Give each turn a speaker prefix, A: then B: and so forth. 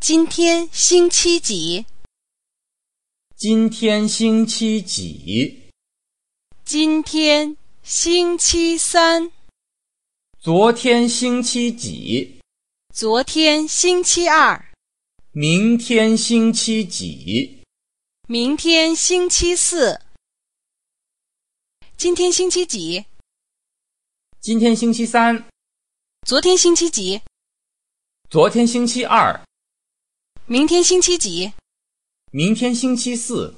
A: 今天星期几？
B: 今天星期几？
A: 今天星期三。
B: 昨天星期几？
A: 昨天星期二。
B: 明天星期几？
A: 明天星期四。今天星期几？
B: 今天星期三。
A: 昨天星期几？
B: 昨天星期二。
A: 明天星期几？
B: 明天星期四。